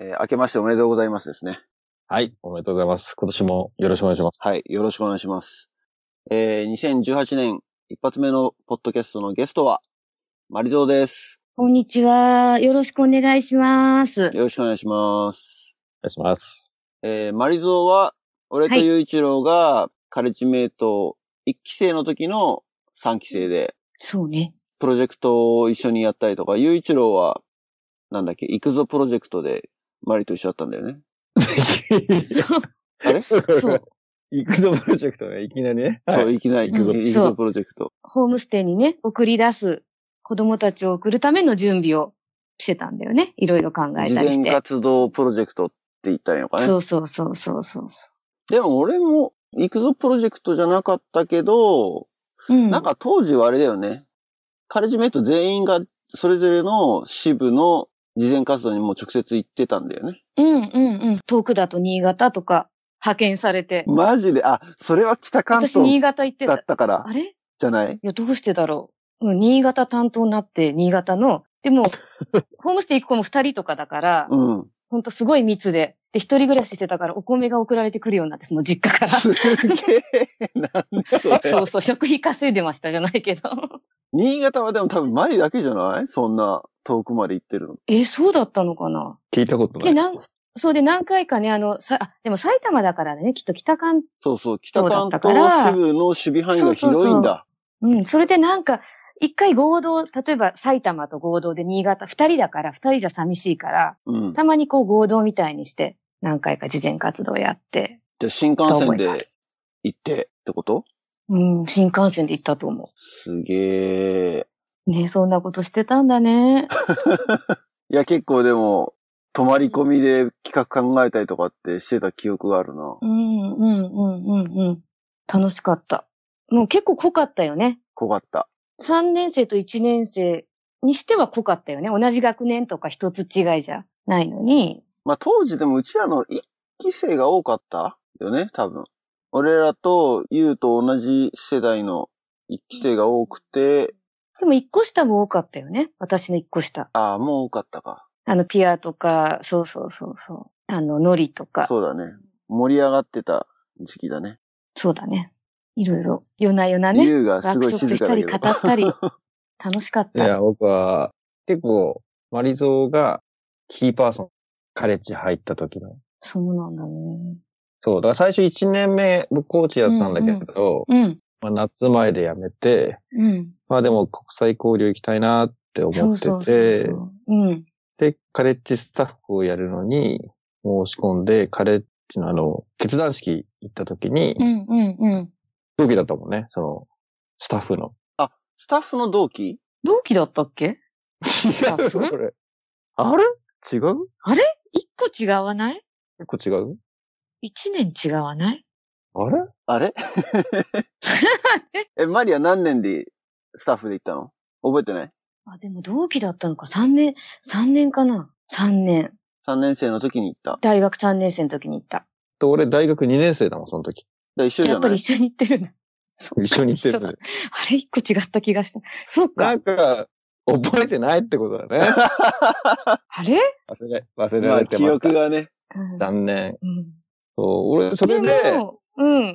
えー明けましておめでとうございますですね。はい、おめでとうございます。今年もよろしくお願いします。はい、よろしくお願いします。えー、2018年一発目のポッドキャストのゲストは、マリゾーです。こんにちは。よろしくお願いします。よろしくお願いします。お願いします。えー、マリゾーは、俺とはい雄一郎が、カレッジメイト1期生の時の3期生で、そうね。プロジェクトを一緒にやったりとか、雄一郎は、なんだっけ、行くぞプロジェクトで、マリと一緒だったんだよね。そう。あれそそう。行くぞプロジェクトね、いきなりね。う、いきなり、行行くぞくぞプロジェクト。ホームステイにね、送り出す子供たちを送るための準備をしてたんだよね。いろいろ考え事たりし前て。活動プロジェクトって言ったらいいのかねそ。うそうそうそうそうそでも俺も、行くぞプロジェクトじゃなかったけど、う。うん。なんか当時はあれだよね。カレッジメイト全員がそれぞれの支部の事前活動にもう直接行ってたんだよね。うんうんうん。遠くだと新潟とか派遣されて。マジで、あ、それは北関私新東潟行って。だったたからあ、れいじゃないや、どうしてだろう。うん新潟担当になって、新潟の。でも、ホームステイ行く子も二人とかだから、うん。ほんとすごい密で。で、一人暮らししてたからお米が送られてくるようになって、その実家から。すげえ。なんだそれ。そうそう、食費稼いでましたじゃないけど。新潟はでも多分マリだけじゃないそんな遠くまで行ってるの。え、そうだったのかな聞いたことない。えなんそうで何回かね、あの、さ、あ、でも埼玉だからね、きっと北関、そうそう、北関そうだったから東支部の守備範囲が広いんだ。うん、それでなんか、一回合同、例えば埼玉と合同で新潟、二人だから、二人じゃ寂しいから、うん。たまにこう合同みたいにして、何回か事前活動やって、じゃあ新幹線で行ってってことうん、新幹線で行ったと思すげえ。う。ねそんなことしてたんだね。いや、結構でも、泊まり込みで企画考えたりとかってしてた記憶があるな。うん、うん、うん、うん、うん。楽しかった。もう結構濃かったよね。濃かった。 3年生と1年生にしては濃かったよね。同じ学年とか一つ違いじゃないのに。まあ、当時でもうちらの一期生が多かったよね、多分。俺らとユウと同じ世代の一期生が多くて、でも一個下も多かったよね。私の一個下。ああ、もう多かったか。あの、ピアとか、そうそうそうそう。あの、ノリとか。そうそうだね。盛り上がってた時期だね。だね。いろいろ、夜な夜なね。ユウがワすーごクいショッ静プしかただけり、ど。語ったり。 楽しかっいた。や、僕は、結構、マリゾーがキーパーソン、カレッジ入った時の。そうなんだね。そう、だから最初1年目、僕コーチやってたんだけど、うん。まあ、夏前で辞めて、うん。まあでも国際交流行きたいなって思ってて、そうそうそうそう。うん。で、カレッジスタッフをやるのに申し込んで、カレッジのあの、決断式行った時に、うんうんうん。同期だったもんね、その、スタッフの。あ、スタッフの同期同期だったっけ違う、うこれ。あれ違う 一個違わない結構違う一年違わないあれあ れえ、マリア何年でスタッフで行ったの覚えてないあ、でも同期だったのか。3年、三年かな ?3 年。 ?3 年生の時に行った。大学3年生の時に行った。と、俺大学2年生だもん、その時。だから一緒じやゃっぱなりい一緒に行ってるんだ。そっか一緒に行って一緒だる。あれ一個違った気がした。そっなか。んか、覚えてないってこと だね。あれ、忘れ、忘れまらあ、れて記ました。憶がね。うん残念。うんそう、俺、それでで、も、うん。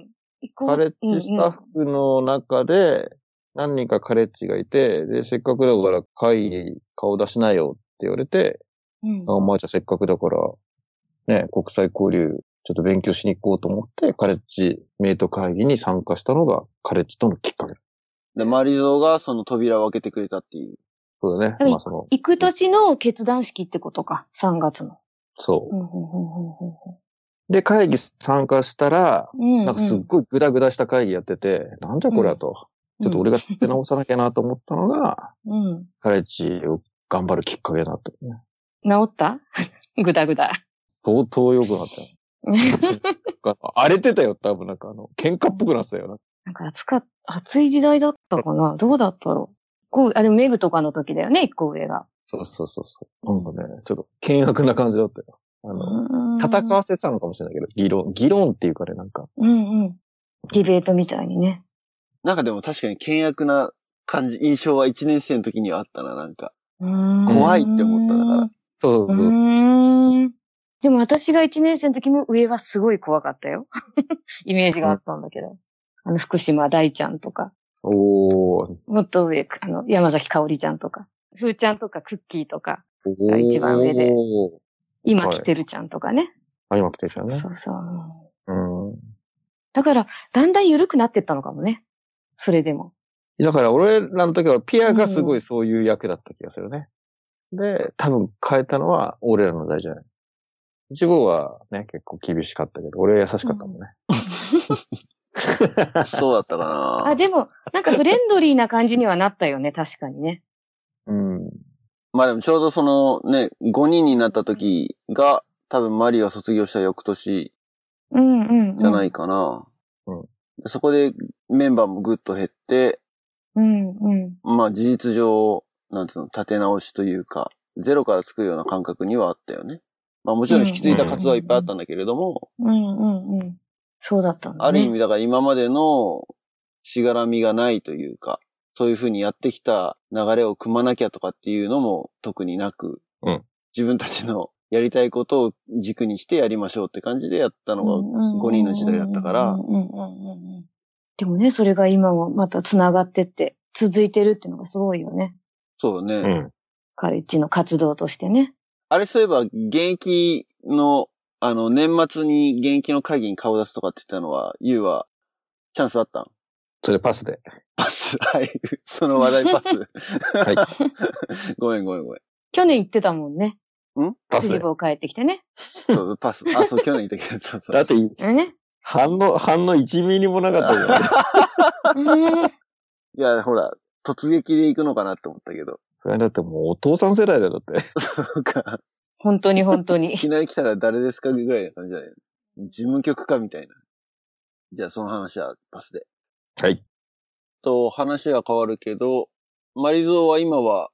行こうカレッジスタッフの中で、何人かカレッジがいて、で、せっかくだから会議顔出しなよって言われて、うんうんうんあ、お前じゃあせっかくだから、ね、国際交流、ちょっと勉強しに行こうと思って、カレッジメイト会議に参加したのが、カレッジとのきっかけ。で、マリゾーがその扉を開けてくれたっていう。そうだね。はいまあその、行く年の決断式ってことか。3月の。そうんうんうんう。で、会議参加したら、うんうんなんかすっごいグダグダした会議やってて、なんじゃこれはと。ちょっと俺が立て直さなきゃなと思ったのが、うんうんカレッジを頑張るきっかけになったよね。治った ぐだぐだ。相当良くなったよ。 なんか荒れてたよ、多分なんかあの、喧嘩っぽくなってたよ。なんか暑かっ暑い時代だったかなどうだったろうこう、あ、でもメグとかの時だよね、一個上が。そうそうそうそう。なんかね、ちょっと険悪な感じだったよ。あの、戦わせてたのかもしれないけど、議論、議論っていうかね、なんか。うんうん。ディベートみたいにね。なんかでも確かに険悪な感じ、印象は1年生の時にはあったな、なんか。怖怖いって思っただからそううそうそう。ーん。でも私が1年生の時も上はすごい怖かったよ。 イメージがあったんだけど。あの、福島大ちゃんとか、おー。もっと上、あの、山崎香織ちゃんとか、ふーちゃんとか、クッキーとか、おがー一番上で今はい来てるちゃんとかね。あ、今来てるじゃんね。そうそう。うん。だから、だんだん緩くなってったのかもね。それでも。だから俺らの時はピアがすごいそういう役だった気がするね。で、多分変えたのは俺らの代じゃない。一号はね、結構厳しかったけど、俺は優しかったもんね。そうだったかな あ、でも、なんかフレンドリーな感じにはなったよね、確かにね。うん。まあでもちょうどそのね、5人になった時が、多分マリが卒業した翌年うんうん、うん。じゃないかな。うんうんそこでメンバーもぐっと減って、うんうん。まあ事実上、なんつうの、立て直しというか、ゼロから作るような感覚にはあったよね。まあもちろん引き継いだ活動はいっぱいあったんだけれども、うんうんうん。そうだったんだ、ね。ある意味だから今までのしがらみがないというか、そういうふうにやってきた流れを組まなきゃとかっていうのも特になく、うん自分たちのやりたいことを軸にしてやりましょうって感じでやったのが、 5 5人の時代だったからうんうんうんうんうんでもね、それが今もまた繋がってって、続いてるっていうのがすごいよね。そうね。うん。カレッジの活動としてね。あれそういえば現役の、あの、年末に現役の会議に顔出すとかって言ったのは、ゆうは、チャンスあったんそれパスで。パス。はい。その話題パ ス。 はい。ごめんごめんごめん。去年行ってたもんね。パス辻で。坊帰ってきてね。そう、パス。あ、そう、去年言ったけど、そうそうだ。って、ね。反応、反応1ミリもなかったよ。うん いや、ほら、突撃で行くのかなって思ったけど。 それだってもうお父さん世代だよ、だって。なんか、本当に本当にい。きなり来たら誰ですかぐらいな感じだよね。事務局かみたいな。じゃあ、その話はパスで。はい。と、話は変わるけど、マリゾーは今は、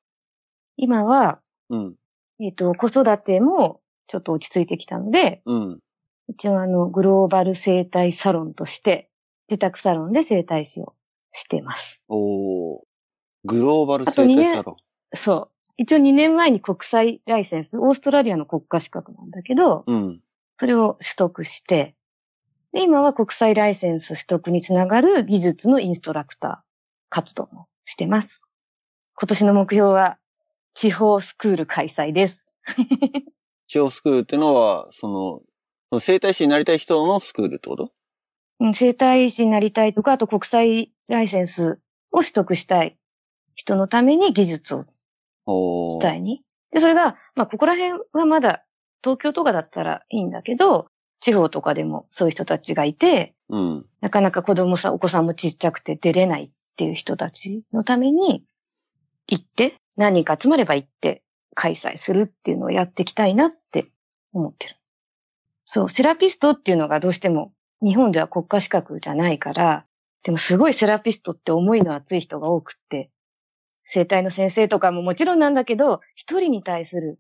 今は、うん、えっ、と、子育てもちょっと落ち着いてきたので、うん、一応あの、グローバル生態サロンとして、自宅サロンで生態師をしています。おーグローバル生あと二態年サロそう。一応2年前に国際ライセンス、オーストラリアの国家資格なんだけど、ン。うん。それを取得して、で、今は国際ライセンス取得につながる技術のインストラクター活動もしてます。今年の目標は、地方スクール開催です。地方スクールってのは、その、その生態師になりたい人のスクールってことうん生態師になりたいとか、あと国際ライセンスを取得したい人のために技術をおー伝えに。で、それが、まあ、ここら辺はまだ東京とかだったらいいんだけど、地方とかでもそういう人たちがいて、うん。なかなか子供さ、お子さんもちっちゃくて出れないっていう人たちのために、行って、何人か集まれば行って開催するっていうのをやっていきたいなって思ってる。そう、セラピストっていうのがどうしても日本では国家資格じゃないから、でもすごいセラピストって思いの熱い人が多くって、生体の先生とかももちろんなんだけど、一人に対する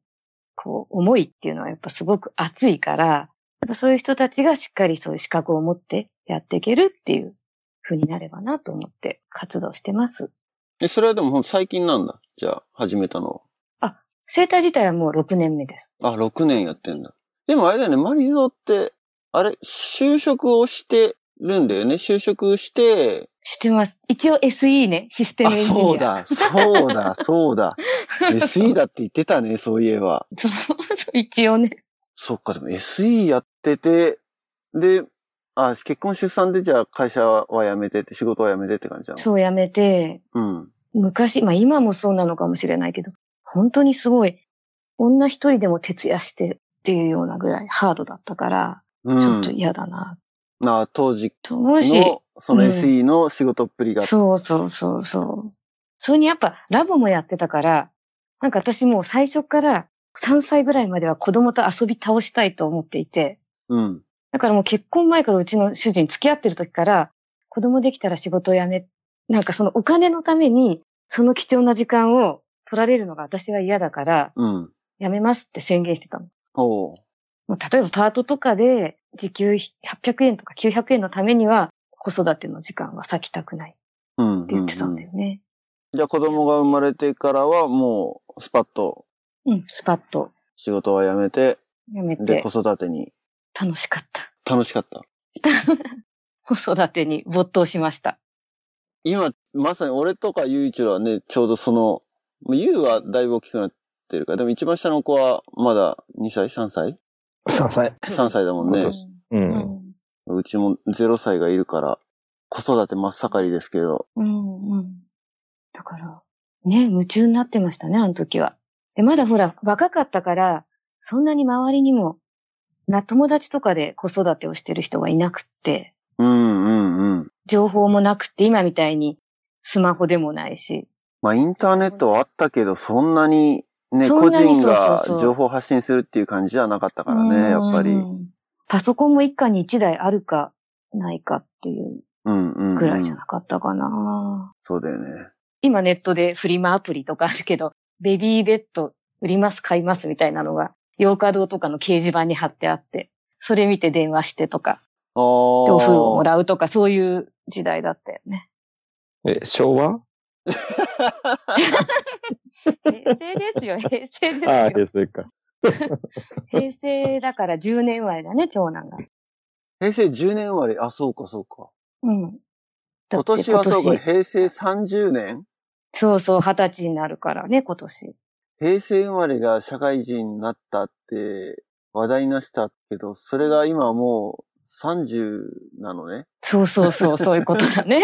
こう思いっていうのはやっぱすごく熱いから、やっぱそういう人たちがしっかりそういう資格を持ってやっていけるっていう風になればなと思って活動してます。え、それはでもほんと最近なんだ。じゃあ、始めたのは。生態自体はもう6年目です。あ、6年やってんだ。でもあれだよね、マリゾって、あれ、就職をしてるんだよね。就職して、してます。一応 SE ね、システムエあ、ンジニア。そう。だ、そうだ、そ うだ。SE だって言ってたね、そういえば。一応ね。そっか、でも SE やってて、で、あ、結婚出産でじゃあ会社は辞めてって、仕事は辞めてって感じなのそうやめて、う。うん。昔、まあ今もそうなのかもしれないけど、本当にすごい、女一人でも徹夜してっていうようなぐらいハードだったから、うちょっとん。嫌だななあ、当時と思うし、の、そのうん SE の仕事っぷりが。そうそうそうそう。それにやっぱラボもやってたから、なんか私もう最初から3歳ぐらいまでは子供と遊び倒したいと思っていて、うん。だからもう結婚前からうちの主人付き合ってる時から、子供できたら仕事を辞め、なんかそのお金のために、その貴重な時間を取られるのが私は嫌だから、うん。辞めますって宣言してたの。おう。もう例えばパートとかで時給800円とか900円のためには、子育ての時間は割きたくないっうん。て言ってたんだよ。よね。じゃあ子供が生まれてからはもう、スパッとうん、スパッと仕事は辞めて、やめで、て子、育てに楽しかった。 楽しかった。子育てに没頭しました。今、まさに俺とかゆういちろはね、ちょうどその、まあゆうはだいぶ大きくなってるから、でも一番下の子はまだ2歳 ?3 歳3歳。 ?3 歳だもんねそ。う。うんん。うちも0歳がいるから、子育て真っ盛りですけど、うんうん。だから、ね、夢中になってましたね、あの時は。で、まだほら、若かったから、そんなに周りにも、な、友達とかで子育てをしてる人がいなくって、うんうんうん。情報もなくって、今みたいにスマホでもないし。まあ、インターネットはあったけど、そんなに、ね、そ個んなに人がそうそうそう情報発信するっていう感じじゃなかったからね、やっぱりう。ん。パソコンも一家に一台あるか、ないかっていううんうん、うん。ぐらいじゃなかったかな。そうだよね。今ネットでフリマアプリとかあるけど、ベビーベッド売ります、買いますみたいなのが、洋華堂とかの掲示板に貼ってあって、それ見て電話してとか、ああ。おお風呂をもらうとか、そういう時代だったよね。え、昭和平成ですよ、平成ですあよ。あ、平成か。平成だから10年前だね、長男が。平成10年生まれ、あ、そうかそうか。うん。だ今って年はそう今か、平年成30年そうそう、二十歳になるからね、今年。平成生まれが社会人になったって話題になってたけど、それが今もう30なのね。そうそうそう、そういうこと だね。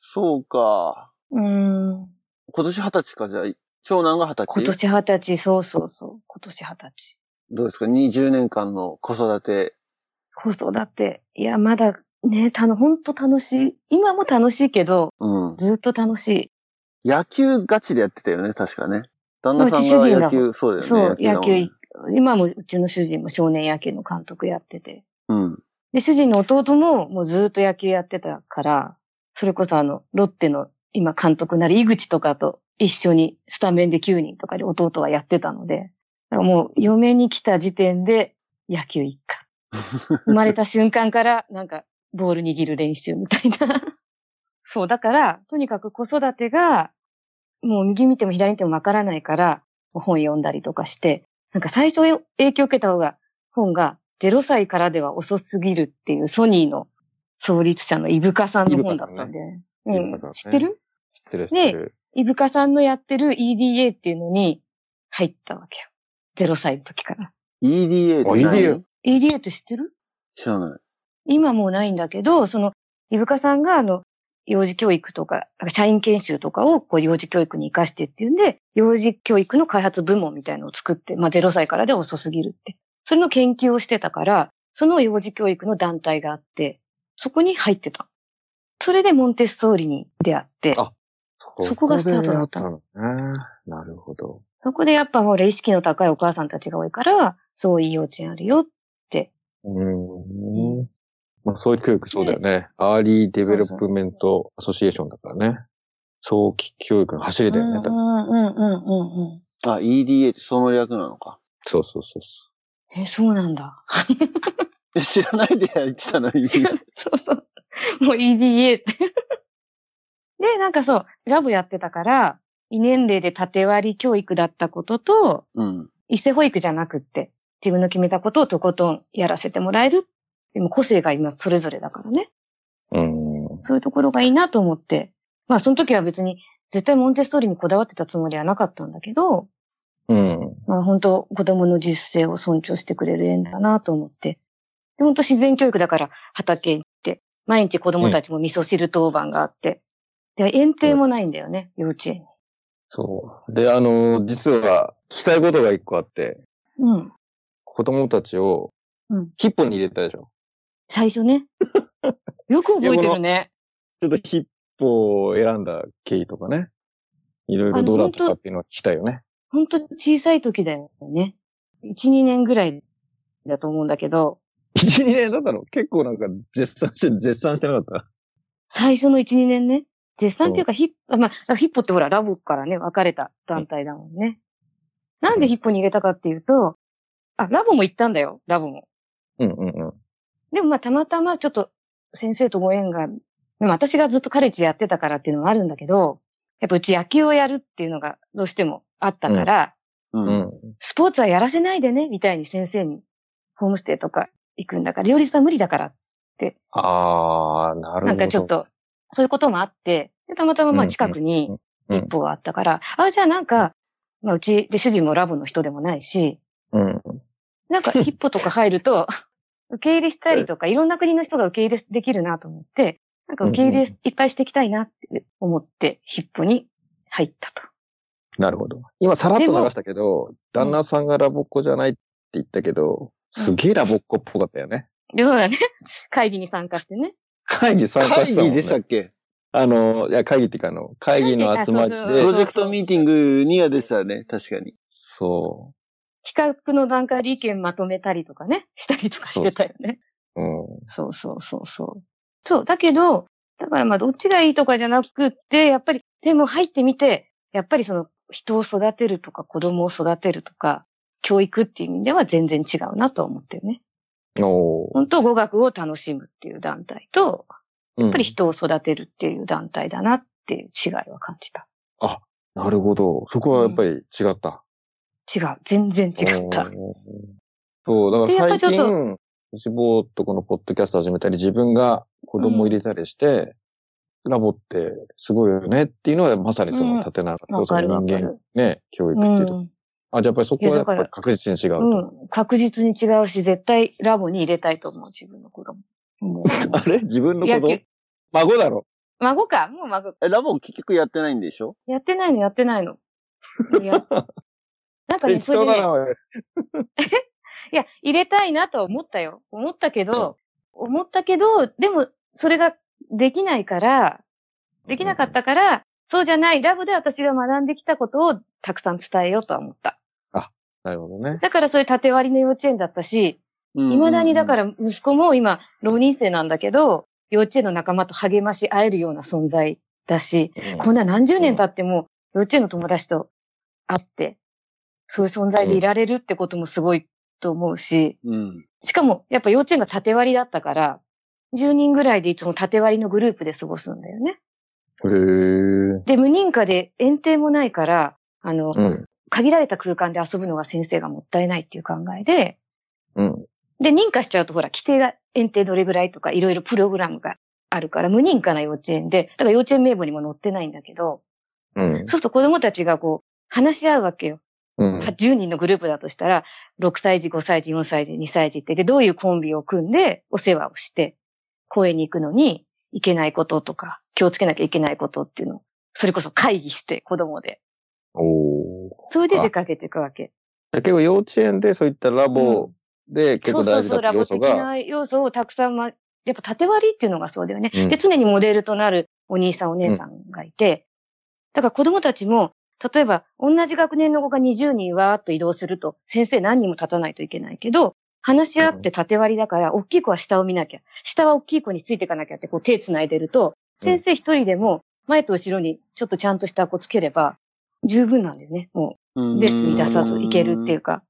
そうか。うーん。今年20歳か、じゃあ、長男が20歳今年二十歳、そうそうそう。今年二十歳。どうですか ?20 年間の子育て。子育て。いや、まだね、たの、ほんと楽しい。今も楽しいけど、うん。ずっと楽しい。野球ガチでやってたよね、確かね。旦那さまあんうち主が人野だもん球、そうだよね。そう、だも野んね球、今もうちの主人も少年野球の監督やってて。うん。で、主人の弟ももうずっと野球やってたから、それこそあの、ロッテの今監督なり、井口とかと一緒にスタメンで9人とかで弟はやってたので、だからもう嫁に来た時点で野球一 家。生まれた瞬間からなんかボール握る練習みたいな。 そう、だから、とにかく子育てが、もう右見ても左見てもわからないから、本読んだりとかして、なんか最初影響を受けた方が、本が0歳からでは遅すぎるっていうソニーの創立者のイブカさんの本だったんで。うイブんカさんね知ってる知ってる、知ってる。イブカさんのやってる EDA っていうのに入ったわけよ。0歳の時から。 EDA って何あ EDA EDA って知ってる知らない。今もうないんだけど、その、イブカさんが、あの、幼児教育とか、なんか社員研修とかを、こう、幼児教育に活かしてっていうんで、幼児教育の開発部門みたいのを作って、まあ、0歳からでは遅すぎるって。それの研究をしてたから、その幼児教育の団体があって、そこに入ってた。それでモンテッソーリに出会って、あそこがスタートだったそこでやったのね。なるほど。そこでやっぱほら、意識の高いお母さんたちが多いから、そういい幼稚園あるよ。うん。まあ、そういう教育そうだよね。アーリーデベロップメントアソシエーションだからね。早期教育の走りだよね。うんうんうんうんうんうん。あ、EDA ってその略なのか。そうそうそうそえ、そうなんだ。え知らないでやってたの、知 EDA。らない そうそう。もう EDA って。 で、なんかそう、ラボやってたから、異年齢で縦割り教育だったことと、うん。一斉保育じゃなくって、自分の決めたことをとことんやらせてもらえる。でも個性が今それぞれだからね。う。うん。そういうところがいいなと思って。まあその時は別に絶対モンテッソーリにこだわってたつもりはなかったんだけど、うん。まあ本当子供の自主性を尊重してくれる縁だなと思って。で本当自然教育だから畑行って、毎日子供たちも味噌汁当番があって。で、園庭もないんだよね、幼稚園に。そう。で、あの、実は、聞きたいことが一個あって、うん。子供たちをうん、ヒップに入れたでしょ。最初 ね。よく覚えてるね。ちょっとヒップを選んだ経緯とかね。いろいろどうだったかっていうのを聞きたいよね。 本当小さい時だよね。1、2年ぐらいだと思うんだけど、 1、2年だったの結構なんか絶賛して、絶賛してなかった。最初の1、2年ね。絶賛っていうかヒップ、あまあ、ヒッポってほら、ラボからね、分かれた団体だもんね。なんでヒッポに入れたかっていうと、あ、ラボも行ったんだよ、ラボも。うんうんうん。でもまあ、たまたまちょっと先生とご縁が、まあ、私がずっとカレッジやってたからっていうのもあるんだけど、やっぱうち野球をやるっていうのがどうしてもあったから、う。うんん。スポーツはやらせないでね、みたいに先生にホームステイとか行くんだから、両立は無理だからああ、なるほど。なんかちょっと、そういうこともあって、でたまたままあ近くにうんうんうん一歩があったから、あ、じゃあなんか、まあうちで主人もラボの人でもないし、うん。なん か一歩とか入ると、受け入れしたりとか、いろんな国の人が受け入れできるなと思って、なんか受け入うんうれいっぱいしていきたいなって思って、一歩に入ったと。なるほど。今、さらっと流したけど、旦那さんがラボっ子じゃないって言ったけど、すげえラボっ子っぽかったよね。で、そう だね。会議に参加してね。会議参加会したも議ん、ね。でしたっけあの、いや、会議っていうか、あの、会議の集まりで会議あ、プそうそうロジェクトミーティングには出てたね、確かに。そ企画の段階で意見まとめたりとかね、したりとかしてたよね。う。うん。そうそうそうそう。そう、だけど、だからまあどっちがいいとかじゃなくって、やっぱり、でも入ってみて、やっぱりその人を育てるとか子供を育てるとか、教育っていう意味では全然違うなと思ってるね。おー本当語学を楽しむっていう団体と、うんやっぱり人を育てるっていう団体だなっていう違いは感じた。なるほど。そこはやっぱり違った。違う。全然違った。おー。そう、でだやかっらぱちょっ最と近、志望とこのポッドキャスト始めたり、自分が子供入れたりして、ラボってすごいよねっていうのはまさにその縦長わとそかるのわか人間る。ね、教育うっていうとこん。あ、じゃあやっぱりそこはやっぱいやりだ確実に違うと。うん。確実に違うし、絶対ラボに入れたいと思う、自分の子供。も あれ自分のう子野供球。孫だろ。孫か。もう孫。え、ラボ結局やってないんでしょ。やってないの、やってないの。い やなんかね、適それで当だね、な、おい。いや、入れたいなとは思ったよ。思ったけど、思ったけど、でも、それができないから、できなかったから、そうじゃない、ラブで私が学んできたことをたくさん伝えようとは思った。なるほどね。だからそういう縦割りの幼稚園だったし、未だにだからら息子も今、浪人生なんだけど、幼稚園の仲間と励まし合えるような存在だし、こんな何十年経っても、幼稚園の友達と会って、そういう存在でいられるってこともすごいと思うし、うん。しかも、やっぱ幼稚園が縦割りだったから、10人ぐらいでいつも縦割りのグループで過ごすんだよね。へえ。で、無認可で園庭もないから、あの、うん。限られた空間で遊ぶのが先生がもったいないっていう考えで、うん。で、認可しちゃうとほら、規定が園庭どれぐらいとか、いろいろプログラムがあるから、無認可な幼稚園で、だから幼稚園名簿にも載ってないんだけど、うんそうすると子供たちがこう、話し合うわけよ。うん。 10人のグループだとしたら、6歳児、5歳児、4歳児、2歳児って、で、どういうコンビを組んでお世話をして、公園に行くのにいけないこととか、気をつけなきゃいけないことっていうのを、それこそ会議して、子供で。おーそれで出かけていくわけ。だ結構幼稚園でそういったラボで結そ構うそ大う事そだう、ったラ要ボ的な要素が。素をたくさん、ま、やっぱ縦割りっていうのがそうだよね。うんで、常にモデルとなるお兄さんお姉さんがいて、だから子供たちも、例えば、同じ学年の子が20人わーっと移動すると、先生何人も立たないといけないけど、話し合って縦割りだから、大きい子は下を見なきゃ、下は大きい子についていかなきゃって、こう手繋いでると、先生一人でも、前と後ろにちょっとちゃんとした子つければ、十分なんだよね、もう。うんで、積み出さずいけるっていう。か。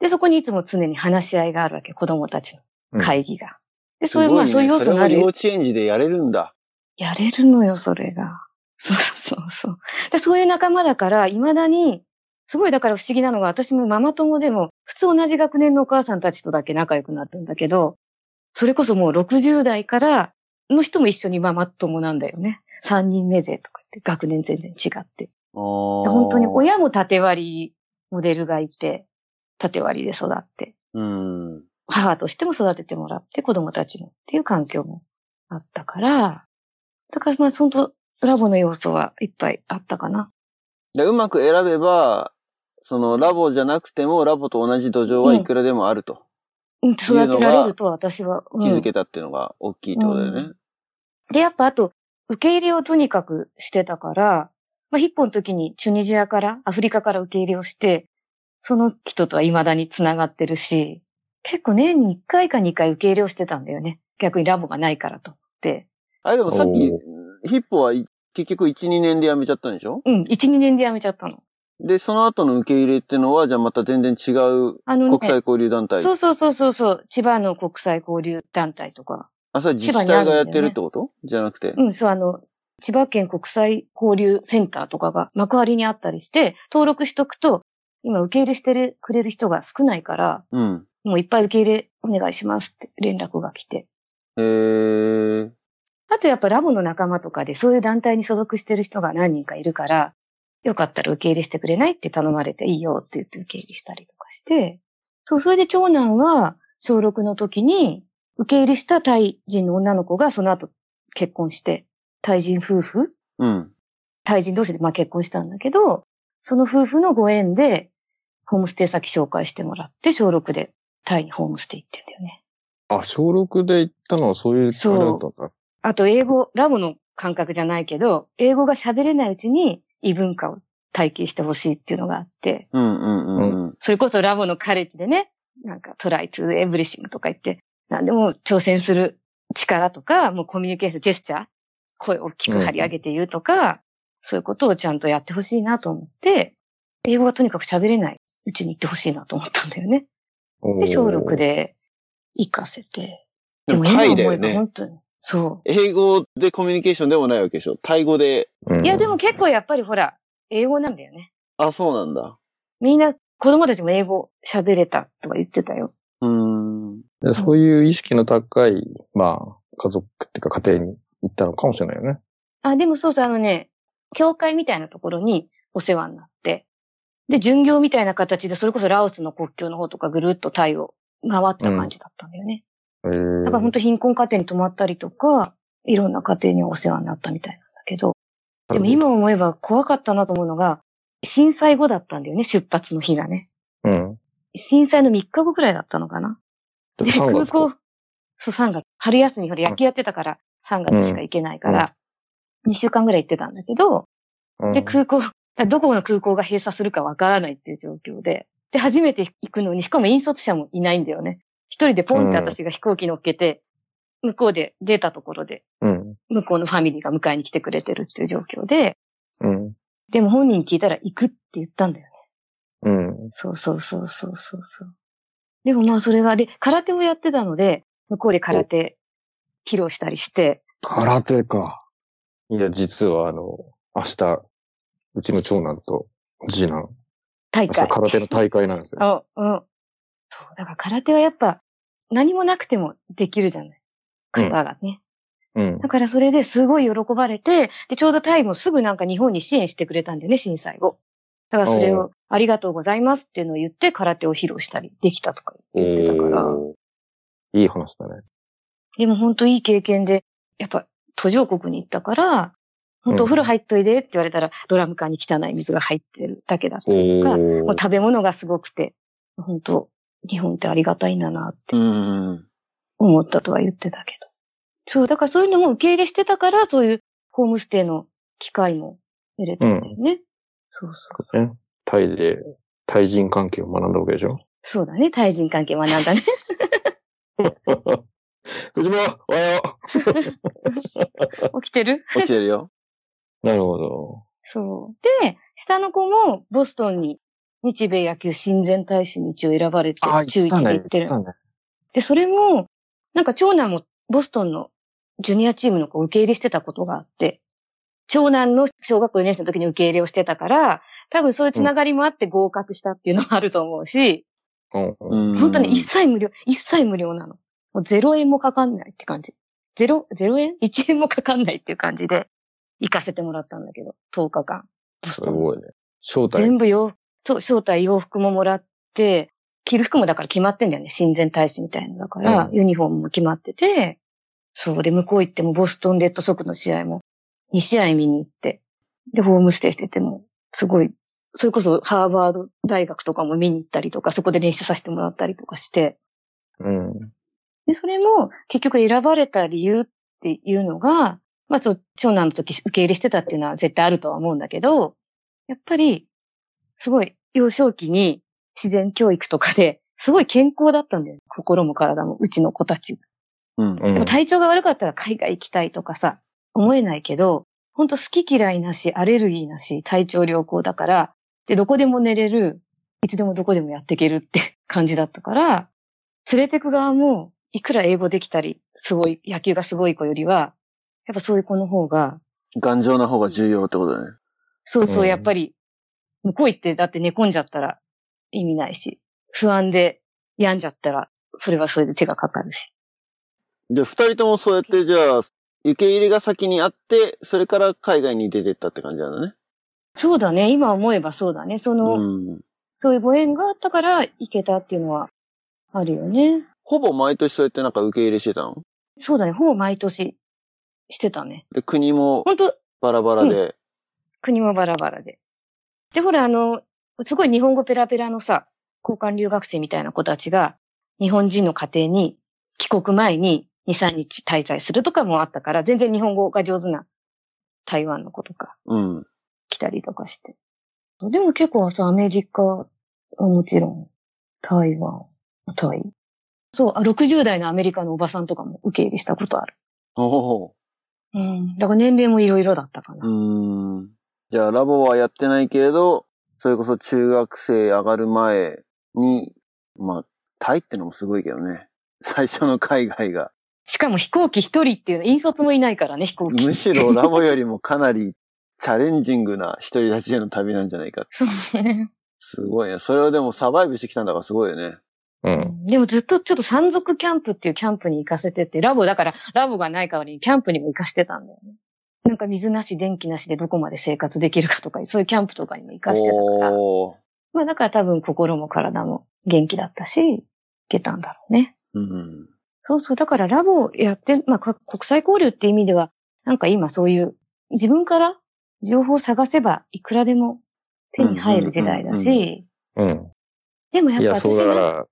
で、そこにいつも常に話し合いがあるわけ、子供たちの会議が。で、そういう、まあそういう要素ががあ幼る。稚園児でやれるんだ。やれるのよ、それが。そうそうそう。で、そういう仲間だから、未だに、すごいだから不思議なのが、私もママ友でも、普通同じ学年のお母さんたちとだけ仲良くなったんだけど、それこそもう60代からの人も一緒にママ友なんだよね。3人目でとかって、学年全然違って。本本当に親も縦割り、モデルがいて、縦割りで育って、うん。母としても育ててもらって、子供たちもっていう環境もあったから、だからまあ、そのラボの要素はいっぱいあったかな。で、うまく選べば、そのラボじゃなくてもラボと同じ土壌はいくらでもあるとうん、育てられるとは私は。うん気づけたっていうのが大きいってことだよね。で、やっぱあと、受け入れをとにかくしてたから、まあ、ヒッポの時にチュニジアから、アフリカから受け入れをして、その人とは未だに繋がってるし、結構年に1回か2回受け入れをしてたんだよね。逆にラボがないからと思って。あれでもさっおき、ヒッポはい結局1、2年で辞めちゃったんでしょうん、1、2年で辞めちゃったの。で、その後の受け入れってのは、じゃあまた全然違うあのね国際交流団体。そうそうそうそうそう、千葉の国際交流団体とか、あ、それ自治体がやってるってことじゃなくて。うん、そう、あの、千葉県国際交流センターとかが幕張にあったりして、登録しとくと、今受け入れしてるくれる人が少ないから、うん。もういっぱい受け入れお願いしますって連絡が来て。えー、あとやっぱラボの仲間とかでそういう団体に所属してる人が何人かいるから、よかったら受け入れしてくれないって頼まれていいよって言って受け入れしたりとかして、そう、それで長男は小6の時に受け入れしたタイ人の女の子がその後結婚して、タイ人夫婦うん。タイ人同士でまあ結婚したんだけど、その夫婦のご縁でホームステイ先紹介してもらって小6でタイにホームステイ行ってんだよね。あ、小6で行ったのはそういうあれだったんだ。あと英語、ラボの感覚じゃないけど、英語が喋れないうちに異文化を体験してほしいっていうのがあって、うんうんうんうん。それこそラボのカレッジでね、なんかトライトゥエブリシングとか言って、何でも挑戦する力とか、もうコミュニケーション、ジェスチャー、声を大きく張り上げて言うとか、そういうことをちゃんとやってほしいなと思って、英語がとにかく喋れないうちに行ってほしいなと思ったんだよね。で、小6で。で行かせて。でも今タイだ思えよばね。本当に。そう。英語でコミュニケーションでもないわけでしょ。タイ語で。うんいや、でも、結構やっぱりほら、英語なんだよね。あ、そうなんだ。みんな、子供たちも英語喋れたとか言ってたよ。うーん。でそういう意識の高い、まあ、家族っていうか家庭に行ったのかもしれないよね。あ、でもそうそう、あのね、教会みたいなところにお世話になって、で、巡業みたいな形で、それこそラオスの国境の方とかぐるっとタイを回った感じだったんだよね。へーだから本当貧困家庭に泊まったりとか、いろんな家庭にお世話になったみたいなんだけど、でも今思えば怖かったなと思うのが、震災後だったんだよね、出発の日がね。うん。震災の3日後くらいだったのかな。でで、 3空月か港、そう、3月。春休み、ほら、野球やってたから、3月しか行けないから、2週間ぐらい行ってたんだけど、うんで、空港、だ からどこの空港が閉鎖するかわからないっていう状況で、で、初めて行くのに、しかも引率者もいないんだよね。一人でポンって私が飛行機乗っけて、向こうで出たところで、うん。向こうのファミリーが迎えに来てくれてるっていう状況で、うん。でも本人に聞いたら行くって言ったんだよね。うん。そうそうそうそうそうそう。でもまあそれが、で、空手をやってたので、向こうで空手披露したりして、空手か。いや、実はあの、明日、うちの長男と次男、大明日会。空手の大会なんですよ。あ、うん。そう、だから空手はやっぱ、何もなくてもできるじゃない。うん型がね。うんだ。からそれですごい喜ばれて、で、ちょうどタイもすぐなんか日本に支援してくれたんだよね、震災後。だからそれおを、ありがとうございますっていうのを言って空手を披露したりできたとか言ってたから。おーいい話だね。でも本当いい経験で、やっぱ途上国に行ったから、本当おうん風呂入っといでって言われたら、ドラム缶に汚い水が入ってるだけだったりとか、もおう食べ物がすごくて、本当日本ってありがたいんだなってうん。思ったとは言ってたけど。そう、だからそういうのも受け入れしてたから、そういうホームステイの機会も得れたんだよね。そうそうそう。ねタイで、タイ人関係を学んだわけでしょそうだね。対人関係学んだ ね。藤村、おはよ起きてる起きてるよ。う。なるほど。そう。で、下の子もボストンに日米野球親善大使に一応選ばれて、中1で行ってる。行ったねで、それも、なんか長男もボストンのジュニアチームの子を受け入れしてたことがあって、長男の小学校4年生の時に受け入れをしてたから、多分そういうつながりもあって合格したっていうのもあると思うし、うんうん。本本当に一切無料、一切無料なの。もう0円もかかんないって感じ。ゼロ、ゼロ円 ?1 円もかかんないっていう感じで、行かせてもらったんだけど、10日間。ボスすトンにごいね。正体。全部洋服、そう、招待洋服ももらって、着る服もだから決まってんだよね。親善大使みたいなのだから、うんユニフォームも決まってて、そうで、向こう行ってもボストンレッドソックスの試合も2試合見に行って、で、ホームステイしてても、すごい、それこそハーバード大学とかも見に行ったりとか、そこで練習させてもらったりとかして、うん。で、それも結局選ばれた理由っていうのが、まあそう、長男の時受け入れしてたっていうのは絶対あるとは思うんだけど、やっぱり、すごい幼少期に自然教育とかで、すごい健康だったんだよね。心も体も、うちの子たち。うん。うでんも。体調が悪かったら海外行きたいとかさ、思えないけど、ほんと好き嫌いなし、アレルギーなし、体調良好だから、で、どこでも寝れる、いつでもどこでもやっていけるって 感じだったから、連れてく側も、いくら英語できたり、すごい、野球がすごい子よりは、やっぱそういう子の方が、頑丈な方が重要ってことだね。そうそうう、んやっぱり、向こう行って、だって寝込んじゃったら意味ないし、不安で病んじゃったら、それはそれで手がかかるし。じゃあ、二人ともそうやって、じゃあ、受け入れが先にあって、それから海外に出てったって感じなんだね。そうだね。今思えばそうだね。その、うん。そういうご縁があったから行けたっていうのはあるよね。ほぼ毎年そうやってなんか受け入れしてたのそうだね。ほぼ毎年してたね。で、国も本当バラバラで。国もバラバラで。で、ほら、あの、すごい日本語ペラペラのさ、交換留学生みたいな子たちが、日本人の家庭に帰国前に2、3日滞在するとかもあったから、全然日本語が上手な台湾の子とかうん。来たりとかして。でも結構さ、アメリカはもちろん、台湾、タイ。そう、あ60代のアメリカのおばさんとかも受け入れしたことある。おお。うん。だから年齢もいろいろだったかうな。ーん。じゃあ、ラボはやってないけれど、それこそ中学生上がる前に、まあ、タイってのもすごいけどね。最初の海外が。しかも飛行機一人っていうの、引率もいないからね、飛行機。むしろラボよりもかなりチャレンジングな一人立ちへの旅なんじゃないか。そうね。すごいね。それをでもサバイブしてきたんだからすごいよね。うん。でもずっとちょっと山賊キャンプっていうキャンプに行かせてて、ラボだからラボがない代わりにキャンプにも行かせてたんだよね。なんか水なし、電気なしでどこまで生活できるかとか、そういうキャンプとかにも行かしてたから。おーまあだから多分心も体も元気だったし、行けたんだろうね。うん。そうそう。だからラボをやって、まあか国際交流って意味では、なんか今そういう自分から情報を探せばいくらでも手に入る時代うだんうんうし、うん。でもやっいぱや、そう私だかは、ら、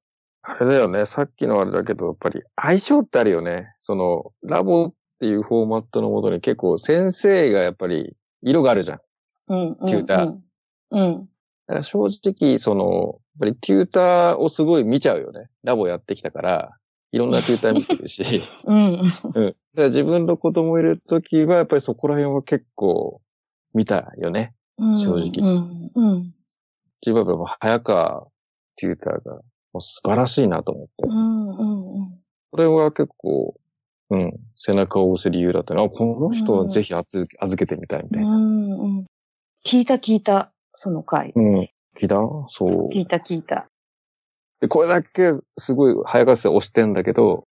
あれだよね。さっきのあれだけど、やっぱり相性ってあるよね。その、ラボっていうフォーマットのもとに結構先生がやっぱり色があるじゃん。うん、うん、キューターうん。うん。だから正直、その、やっぱりテューターをすごい見ちゃうよね。ラボやってきたから、いろんなテューター見てるし。うん。うん。じゃあ自分の子供いるときは、やっぱりそこら辺は結構見たよね。正直うん。うん。自分はやっぱ早川テューターが、もう素晴らしいなと思ってう。ん。うん。これは結構、うん、背中を押す理由だったな。あこの人はぜひ預け預けてみたいみうたいな。ん。うん聞いた聞いた、その回。うん。気だそう。聞いた聞いた。で、これだけすごい早川先生押してんだけど、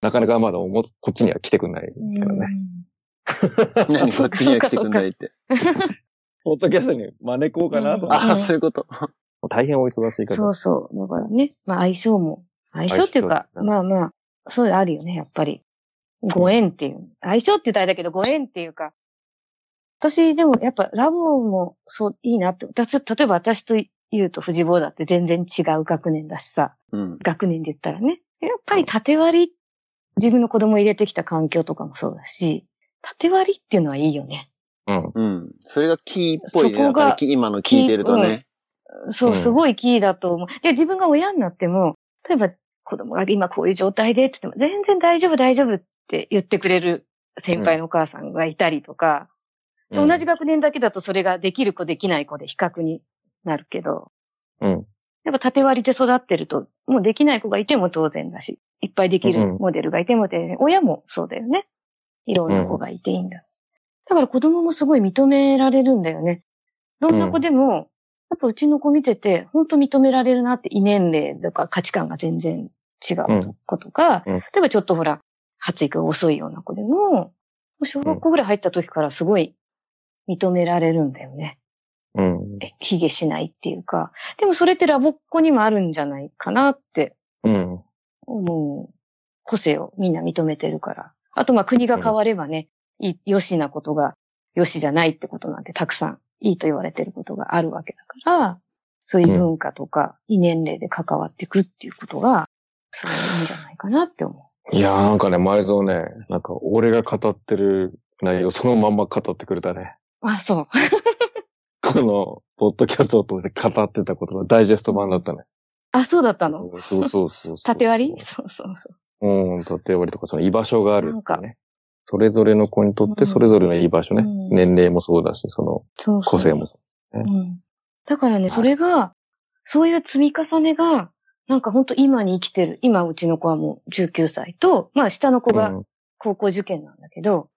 なかなかまだおもこっちには来てくんないからね。何こっちには来てくんないって。ポッドキャストに招こうかなと思って。ああ、そういうこと。大変お忙しいから。そうそう。だからね、まあ相性も、相性っていうか、相性まあまあ、そういうのあるよね、やっぱり。ご縁っていう。相性って言ったらあれだけど、ご縁っていうか。私、でもやっぱラボもそう、いいなって。だ例えば私と言うと藤坊だって全然違う学年だしさ。うん。学年で言ったらね。やっぱり縦割り、自分の子供入れてきた環境とかもそうだし、縦割りっていうのはいいよね。うん。うん。それがキーっぽいね。そこがやっぱり今の聞いてるとね。そうう、んすごいキーだと思う。で、自分が親になっても、例えば子供が今こういう状態でって言っても、全然大丈夫大丈夫って言ってくれる先輩のお母さんがいたりとか、で同じ学年だけだとそれができる子できない子で比較になるけど、うん。やっぱ縦割りで育ってると、もうできない子がいても当然だし、いっぱいできるモデルがいても当然、親もそうだよね。いろんな子がいていいんだ。だから子供もすごい認められるんだよね。どんな子でも、やっぱうちの子見てて、本当認められるなって、異年齢とか価値観が全然違う子とか、うんうん例えばちょっとほら、発育が遅いような子でも、もう小学校ぐらい入った時からすごい認められるんだよね。うん。卑下しないっていうか、でもそれってラボっ子にもあるんじゃないかなってうん。思う。個性をみんな認めてるから。あとまあ国が変わればね、い良しなことが良しじゃないってことなんてたくさんいいと言われてることがあるわけだから、そういう文化とか、異年齢で関わっていくっていうことが、すごいいいんじゃないかなって思いやーなんかね、前蔵ね、なんか俺が語ってる内容そのまんま語ってくれたね。 う。あ、そう。この、ポッドキャストを通して語ってたことがダイジェスト版だったね。あ、そうだったのそうそうそうそう。縦割りそうそうそう。うん、縦割りとかその居場所があるなんっていうかね。それぞれの子にとっうてんそれぞれの居場所ね。うん年齢もそうだし、そのそうそう個性もそうん。だからね、いそれが、そういう積み重ねが、なんか本当今に生きてる。今、うちの子はもう19歳と、まあ下の子う。うがん。高校受験なんだけど、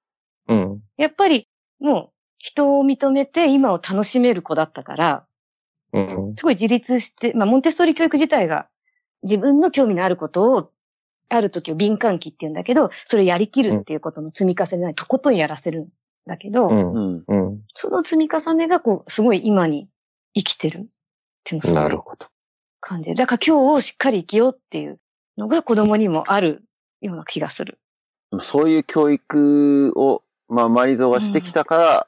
うん。やっぱりもう人を認めて今を楽しめる子だったから、うん。すごい自立して、まあモンテッソーリ教育自体が自分の興味のあることを、ある時を敏感期って言うんだけど、それをやりきるっていうことの積み重ねないとことんやらせるんだけど、うん。ん。うん。その積み重ねがこう、すごい今に生きてるっていうのをすなごいるほど。感じる。だから今日をしっかり生きようっていうのが子供にもあるような気がする。そういう教育を、まあ、マリゾがしてきたから、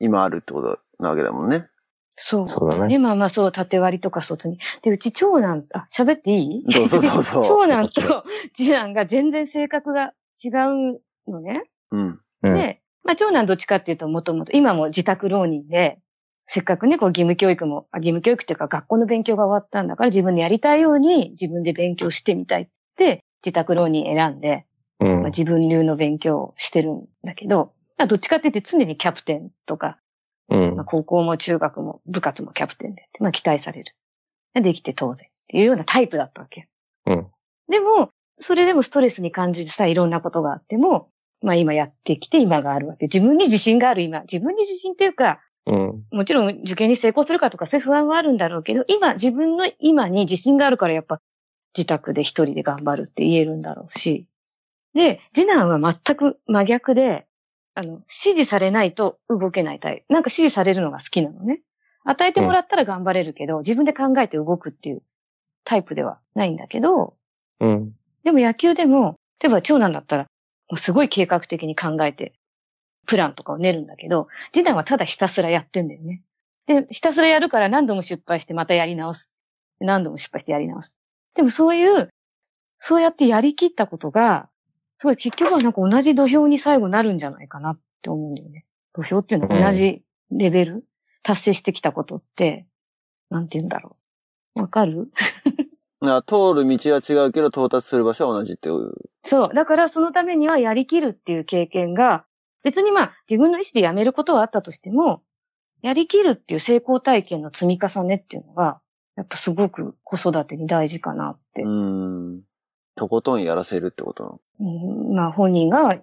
今あるってことなわけだもんね。そう。そうだね。ね、まあまあそう、縦割りとか卒に。で、うち長男、あ、喋っていいどうぞどうぞ 長男と次男が全然性格が違うのね。うん。うん。で、まあ長男どっちかっていうともともと、今も自宅浪人で、せっかくね、こう義務教育も、あ義務教育っていうか学校の勉強が終わったんだから自分でやりたいように自分で勉強してみたいって、自宅浪人選んで、うまあん。自分流の勉強をしてるんだけど、まあどっちかって言って常にキャプテンとか、うんまあ、。高校も中学も部活もキャプテンでって、まあ、期待される。できて当然っていうようなタイプだったわけ。うんでも、それでもストレスに感じてさ、いろんなことがあっても、まあ今やってきて今があるわけ。自分に自信がある今。自分に自信っていうか、うん。もちろん受験に成功するかとかそういう不安はあるんだろうけど、今、自分の今に自信があるからやっぱ自宅で一人で頑張るって言えるんだろうし。で、次男は全く真逆で、あの、指示されないと動けないタイプ。なんか指示されるのが好きなのね。与えてもらったら頑張れるけど、自分で考えて動くっていうタイプではないんだけど、うん。でも野球でも、例えば長男だったら、もうすごい計画的に考えて、プランとかを練るんだけど、次男はただひたすらやってんだよね。で、ひたすらやるから何度も失敗してまたやり直す。何度も失敗してやり直す。でもそういう、そうやってやりきったことが、すごい結局はなんか同じ土俵に最後なるんじゃないかなって思うんだよね。土俵っていうのは同じレベル、達成してきたことって、なんて言うんだろう。わかるだから通る道は違うけど、到達する場所は同じっていう。そう。だからそのためにはやりきるっていう経験が、別にまあ自分の意思でやめることはあったとしても、やりきるっていう成功体験の積み重ねっていうのが、やっぱすごく子育てに大事かなって。うん。とことんやらせるってことなの。うんまあ本人が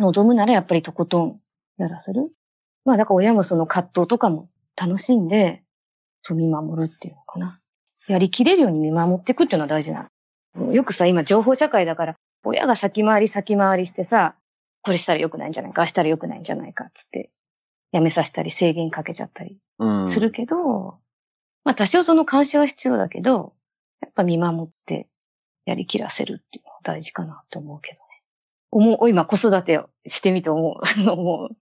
望むならやっぱりとことんやらせる。まあだから親もその葛藤とかも楽しんで、そう見守るっていうのかな。やりきれるように見守っていくっていうのは大事なの。よくさ、今情報社会だから、親が先回り先回りしてさ、これしたら良くないんじゃないか、ああしたら良くないんじゃないか、つって、やめさせたり制限かけちゃったりうん。するけど、まあ多少その監視は必要だけど、やっぱ見守ってやりきらせるっていうのは大事かなと思うけどね。思う、今子育てをしてみて思う、 思う。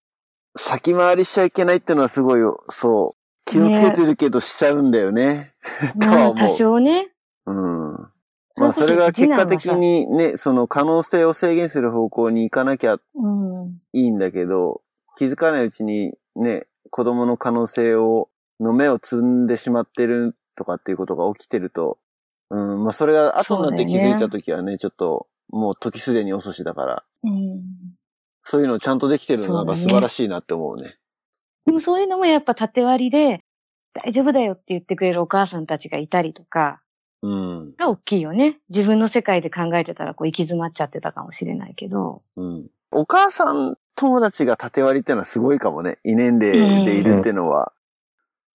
先回りしちゃいけないってのはすごいよ。そう。気をつけてるけどしちゃうんだよね。とはま思あう多少ね。うん。まれあこそれが結果的次男はにね、その可能性を制限する方向に行かなきゃさ。うん。いいんだけど、気づかないうちにね、子供の可能性を、の目を積んでしまってるとかっていうことが起きてると、うん、まあそれが後になって気づいた時はね、ちょっともう時すでに遅しだから、うん。そういうのをちゃんとできてるのがそうだ素ね晴らしいなって思うね。でもそういうのもやっぱ縦割りで、大丈夫だよって言ってくれるお母さんたちがいたりとか、うん。が大きいよね。自分の世界で考えてたらこう行き詰まっちゃってたかもしれないけど。うん。お母さん友達が縦割りってのはすごいかもね。異年齢でいるってのは。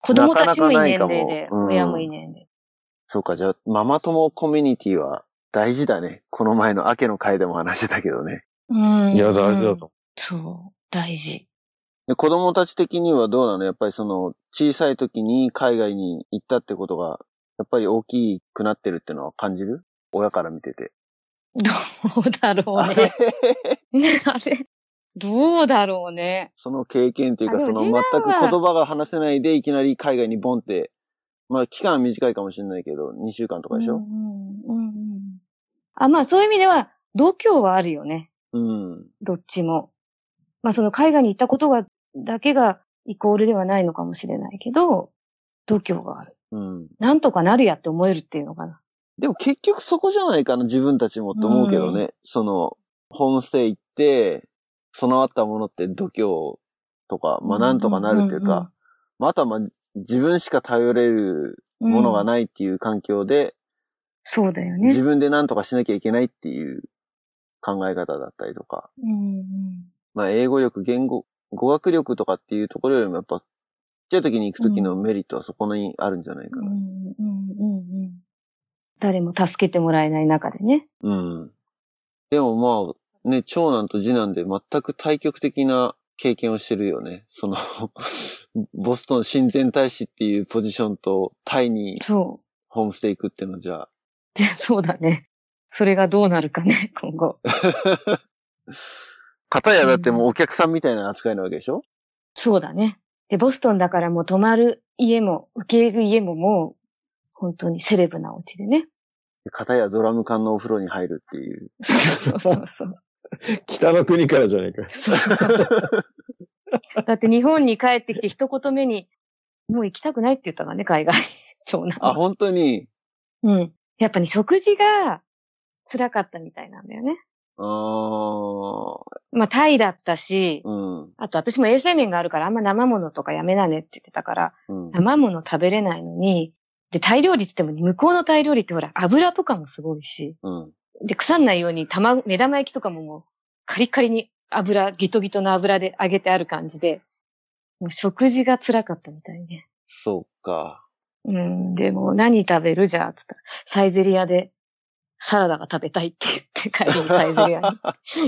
子供たちも異年なかなかない齢かで、もうん親も異年齢。そうか、じゃあ、ママ友コミュニティは大事だね。この前の明けの回でも話してたけどね。うん。いや、大事だと。そう、大事。で子供たち的にはどうなのやっぱりその、小さい時に海外に行ったってことが、やっぱり大きくなってるってのは感じる親から見てて。どうだろう ね。あれ、どうだろうね。その経験っていうか、あでそもの全く言葉が話せないでいきなり海外にボンって、まあ期間は短いかもしれないけど、2週間とかでしうょ、んうんうんあ、まあそういう意味では、度胸はあるよね。うん、どっちも。まあその海外に行ったことが、だけがイコールではないのかもしれないけど、度胸がある。うん。なんとかなるやって思えるっていうのかな。でも結局そこじゃないかな、自分たちもって思うけどね。その、ホームステイ行って、備わったものって度胸とか、まあなんとかなるっていうか、うんうんうんまあ、あとはまあ自分しか頼れるうんものがないっていう環境で、そうだよ自ね。分でなんとかしなきゃいけないっていう考え方だったりとか、うんうんまあ英語力、言語、語学力とかっていうところよりもやっぱ、ちっちゃい時に行く時のメリットはそこにあるんじゃないかうな。んうんうんうん誰も助けてもらえない中でね。うん。でもまあ、ね、長男と次男で全く対極的な経験をしてるよね。その、 ボストン親善大使っていうポジションとタイにそホームステイ行くっていうのじゃあ。う。 そうだね。それがどうなるかね、 今後。片やだってもうお客さんみたいな扱いなわけでしょそうだね。で、ボストンだからもう泊まる家も、受け入れる家ももう、本当にセレブなお家でね。片やドラム缶のお風呂に入るっていう。そうそうそう。北の国からじゃないか。だって日本に帰ってきて一言目に、もう行きたくないって言ったからね、海外。 長男あ、は。本当に。うん。やっぱり食事が辛かったみたいなんだよね。あー、まあ、タイだったし、うん。あと私も衛生面があるからあんま生物とかやめなねって言ってたから、うん。生物食べれないのに、で、タイ料理って言っても向こうのタイ料理ってほら、油とかもすごいし、うん。で、腐んないように玉、目玉焼きとかももう、カリカリに油、ギトギトの油で揚げてある感じで、もう食事が辛かったみたいね。そうか。うん、でも何食べるじゃあ、つったら、サイゼリアでサラダが食べたいって言って帰りにサイゼリアに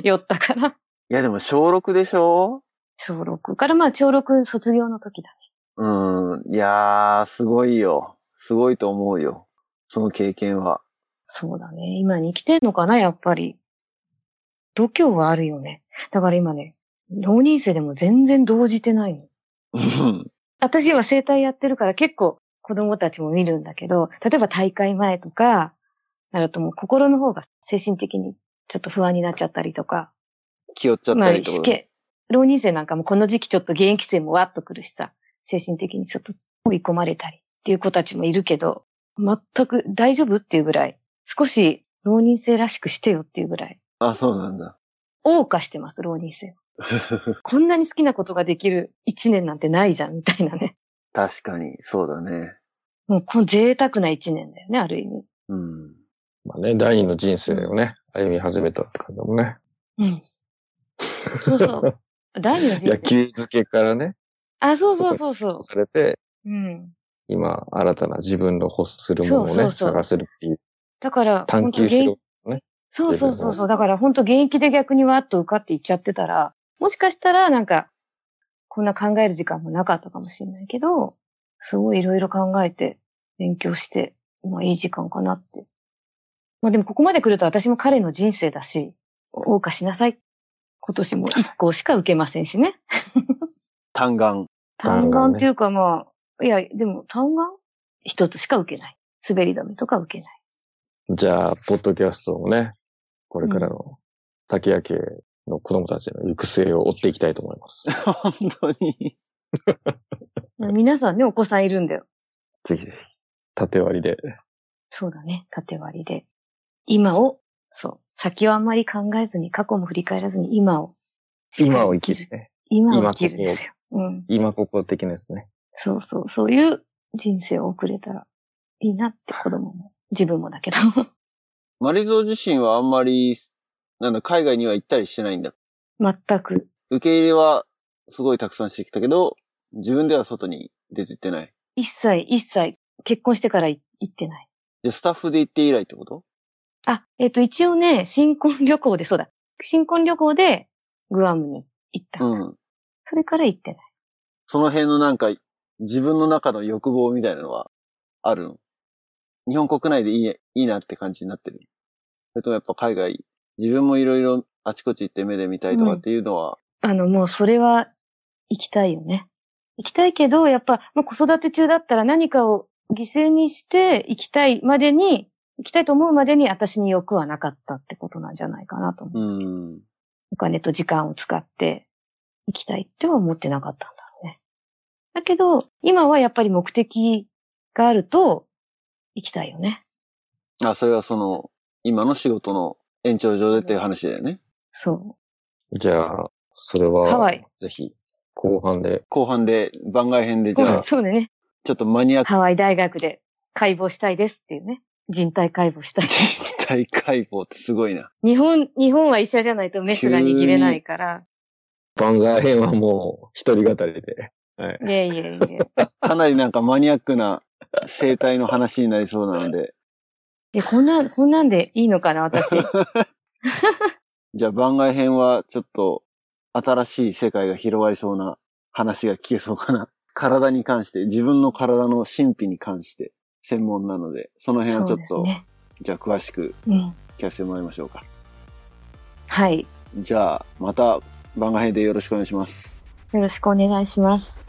寄ったから。いやでも小6でしょ小6からまあ小6卒業の時だね。うん。いやー、すごいよ。すごいと思うよ。その経験 は。そうだね。今に生きてんのかな、やっぱり。度胸はあるよね。だから今ね、浪人生でも全然動じてないの。うん。私今生態やってるから結構子供たちも見るんだけど、例えば大会前とか、なるともう心の方が精神的にちょっと不安になっちゃったりとか、気負っちゃっまたあ、りと試か。験、浪人生なんかもこの時期ちょっと現役生もわっと来るしさ、精神的にちょっと追い込まれたりっていう子たちもいるけど、全く大丈夫っていうぐらい、少し浪人生らしくしてよっていうぐらい、あ、そうなんだ。謳歌してます、浪人 生。こんなに好きなことができる一年なんてないじゃん、みたいなね。確かに、そうだね。もうこの贅沢な一年だよね、ある意味。うん。まあね、第二の人生をね、歩み始めたって感じだもんね。うん。そうそう。第二の人 野生。球漬けからね、あ、そうそうそうそされて、う。うん。今、新たな自分の欲するものをね、そうそうそう探せるっていう、だから、探求してる。そうそうそうですそう。だから本当現役で逆にわーっと受かっていっちゃってたら、もしかしたらなんか、こんな考える時間もなかったかもしれないけど、すごいいろいろ考えて、勉強して、まあいい時間かなって。まあでもここまで来ると私も彼の人生だし、謳歌しなさい。今年も一校しか受けませんしね。単眼。単単眼ね眼っていうかまあ、いや、でも単眼一つしか受けない。滑り止めとか受けない。じゃあ、ポッドキャストもね、これからの竹谷家の子供たちの行く末を追っていきたいと思い ます。本当に。皆さんね、お子さんいるんだよ。ぜひぜひ。縦割りで。そうだね。縦割りで。今を、そう。先をあんまり考えずに、過去も振り返らずに今を。今を生きる。ね。今を生きるんですよ。うん。今ここ的なですね。そうそう。そういう人生を送れたらいいなって子供も。自分もだけど。 マリゾー自身はあんまり、なんだ、海外には行ったりしてないんだ。全く。受け入れはすごいたくさんしてきたけど、自分では外に出て行ってない。一切、一切、結婚してからい行ってない。じゃあスタッフで行って以来ってことあ、えっ、と、一応ね、新婚旅行で、そうだ。新婚旅行で、グアムに行った。うん。それから行ってない。その辺のなんか、自分の中の欲望みたいなのはあるの日本国内でいいね、いいなって感じになってる。それともやっぱ海外、自分もいろいろあちこち行って目で見たいとかっていうのは、あの、もうそれは行きたいよね。行きたいけど、やっぱ、まあ、子育て中だったら何かを犠牲にして行きたいまでに、行きたいと思うまでに私に欲はなかったってことなんじゃないかなと思う。うん、お金と時間を使って行きたいっては思ってなかったんだろうね。だけど、今はやっぱり目的があると行きたいよね。あ、それはその、今の仕事の延長上でっていう話だよね。そじゃあ、それう。ハは、ワイ。ぜひ、後半で、後半で、番外編でじゃあ、 そうだね。ちょっとマニアックハワイ大学で解剖したいですっていうね。人体解剖したい。人体解剖ってすごいな。日本、日本は医者じゃないとメスが握れないから。番外編はもう、一人語りで。はい。いえいえいえ。かなりなんかマニアックな生態の話になりそうなので、いや、こんな、こんなんでいいのか な、私。じゃあ番外編はちょっと新しい世界が広がりそうな話が聞けそうかな。 体に関して、自分の体の神秘に関して専門なので、その辺はちそょうっですと、ね。じゃあ詳しくうん。聞かせてもらいましょうか。はい。じゃあまた番外編でよろしくお願いします。よろしくお願いします。